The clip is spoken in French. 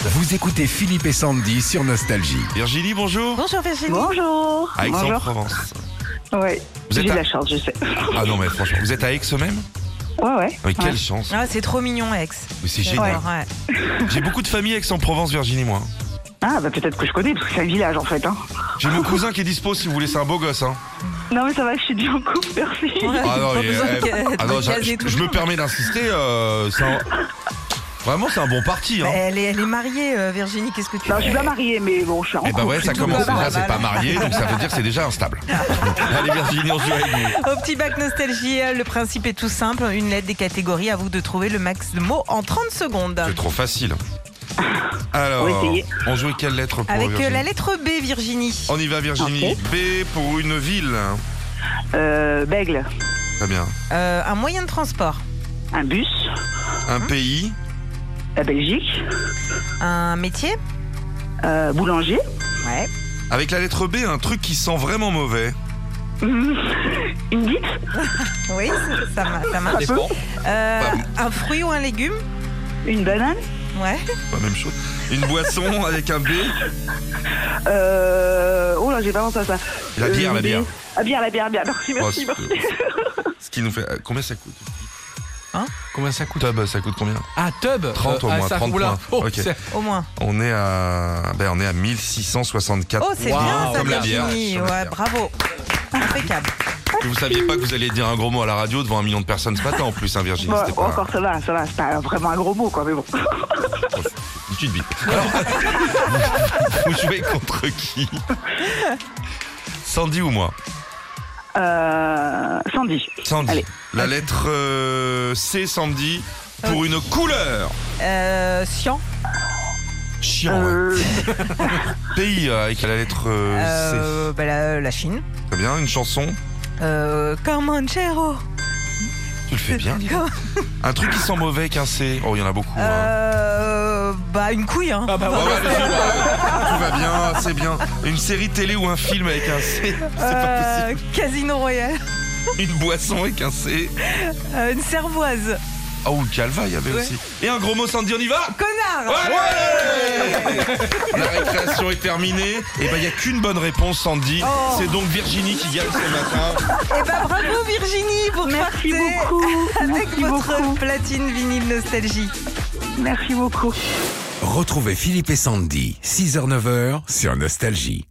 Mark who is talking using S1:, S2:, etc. S1: Vous écoutez Philippe et Sandy sur Nostalgie.
S2: Virginie, bonjour.
S3: Bonjour Virginie.
S4: Bonjour.
S2: À
S4: Bonjour.
S2: Aix-en-Provence.
S4: Ouais.
S2: Vous
S4: J'ai
S2: êtes
S4: de
S2: à...
S4: la chance, je sais.
S2: Ah non, mais franchement, vous êtes à Aix même Ah,
S4: Ouais, ouais.
S2: Mais quelle
S4: Ouais.
S2: chance.
S3: Ah, c'est trop mignon, ex.
S2: Mais c'est génial.
S3: J'adore, ouais.
S2: J'ai beaucoup de familles Aix-en-Provence, Virginie, moi.
S4: Ah, bah peut-être que je connais, parce que c'est un village en fait. Hein.
S2: J'ai mon cousin qui est dispo si vous voulez, c'est un beau gosse. Hein.
S4: Non, mais ça va, je suis bien en couple, merci.
S2: Ah non,
S3: Pas
S2: il est-
S3: besoin de-
S2: eh, ah
S3: de
S2: non, j'a-
S3: caser
S2: je,
S3: tout le
S2: je me
S3: monde.
S2: permets d'insister. euh, c'est un- Vraiment, c'est un bon parti.
S3: Bah,
S2: Hein.
S3: elle, est, elle est mariée, euh, Virginie, qu'est-ce que tu
S4: Non, je
S3: fais
S4: suis pas mariée, mais bon, je suis en
S2: Eh ben
S4: couple.
S2: ouais, ça
S4: plutôt.
S2: commence
S3: pas
S2: déjà,
S3: mal.
S2: c'est pas marié, donc ça veut dire que c'est déjà instable. Allez, Virginie, on se joue avec nous.
S3: Au petit bac nostalgie, euh, le principe est tout simple. Une lettre des catégories, à vous de trouver le max de mots en 30 secondes.
S2: C'est trop facile. Alors,
S4: On va essayer.
S2: on jouait quelle lettre pour
S3: Avec euh,
S2: Virginie
S3: la lettre B, Virginie.
S2: On y va, Virginie. B pour une ville.
S4: Euh, Bègle,
S2: Très bien.
S3: Euh, un moyen de transport.
S4: un bus,
S3: Hein
S2: Un pays.
S4: la Belgique,
S3: Un métier.
S4: euh, boulanger,
S3: Ouais.
S2: Avec la lettre B, un truc qui sent vraiment mauvais.
S4: une bite,
S3: Oui, ça- ça, ma- ça
S4: Ça
S3: marche.
S4: peut.
S3: Euh, un fruit ou un légume.
S4: une banane,
S3: Ouais.
S2: Pas même chose. Une boisson avec un B.
S4: euh... oh là, j'ai pas pensé à ça.
S2: La
S4: Euh,
S2: bière, la
S4: des-
S2: bière.
S4: Ah, bière, la bière, bière, merci, merci,
S2: Oh, c'est-
S4: merci.
S2: Ce qui nous fait. euh, Combien ça coûte
S4: Hein
S5: Combien ça coûte
S2: Tub, ça coûte combien
S5: Ah, tub
S2: 30 au
S5: ah,
S2: moins,
S5: ça
S2: 30
S5: roule là.
S2: points.
S5: Oh,
S2: Ok.
S5: c'est-
S3: Au moins.
S2: On est à. Ben, on est à 1664.
S3: Oh, c'est
S5: Wow,
S3: bien ça,
S2: Comme la bière.
S3: Virginie.
S2: Comme la
S3: Ouais,
S2: bière.
S3: bravo. Impeccable.
S2: Et Vous saviez pas que vous alliez dire un gros mot à la radio devant un million de personnes ce matin en plus, hein, Virginie.
S4: Bon,
S2: C'était pas
S4: Bah, encore ça va, ça va, c'est pas vraiment un gros mot quoi, mais bon.
S2: une petite bite. Alors, vous jouez contre qui Sandy ou moi
S4: Euh, Sandy,
S2: Sandy.
S4: Allez.
S2: La lettre euh, C, Sandy, pour une couleur.
S3: Euh, Sian.
S2: Chiant, ouais.
S4: euh,
S2: Pays euh, avec la lettre euh,
S3: Euh, bah, la, la Chine.
S2: C. Très bien, une chanson.
S3: Euh, Comanchero.
S2: Tu le fais bien.
S3: Com-
S2: Un truc qui sent mauvais qu'un C. Oh, il y en a beaucoup. hein.
S3: Euh, bah une couille hein.
S5: Ah bah
S2: Ouais,
S5: ouais.
S2: ouais, allez-y, ouais, ouais. Tout va bien, c'est bien. Une série télé ou un film avec un C. C'est pas
S3: Euh, Casino Royal.
S2: possible. Une boisson avec un C.
S3: Euh, une cervoise.
S2: Oh, ou Calva, il y avait
S3: Ouais.
S2: aussi. Et un gros mot, Sandy, on y va
S3: Connard.
S2: Ouais La récréation est terminée. Et ben, il n'y a qu'une bonne réponse, Sandy.
S3: Oh.
S2: C'est donc Virginie qui gagne ce matin.
S3: Et bah bravo Virginie pour
S4: merci
S3: partez
S4: beaucoup,
S3: avec
S4: merci
S3: votre
S4: beaucoup,
S3: platine vinyle nostalgie.
S4: merci beaucoup.
S1: Retrouvez Philippe et Sandy, 6h-9h sur Nostalgie.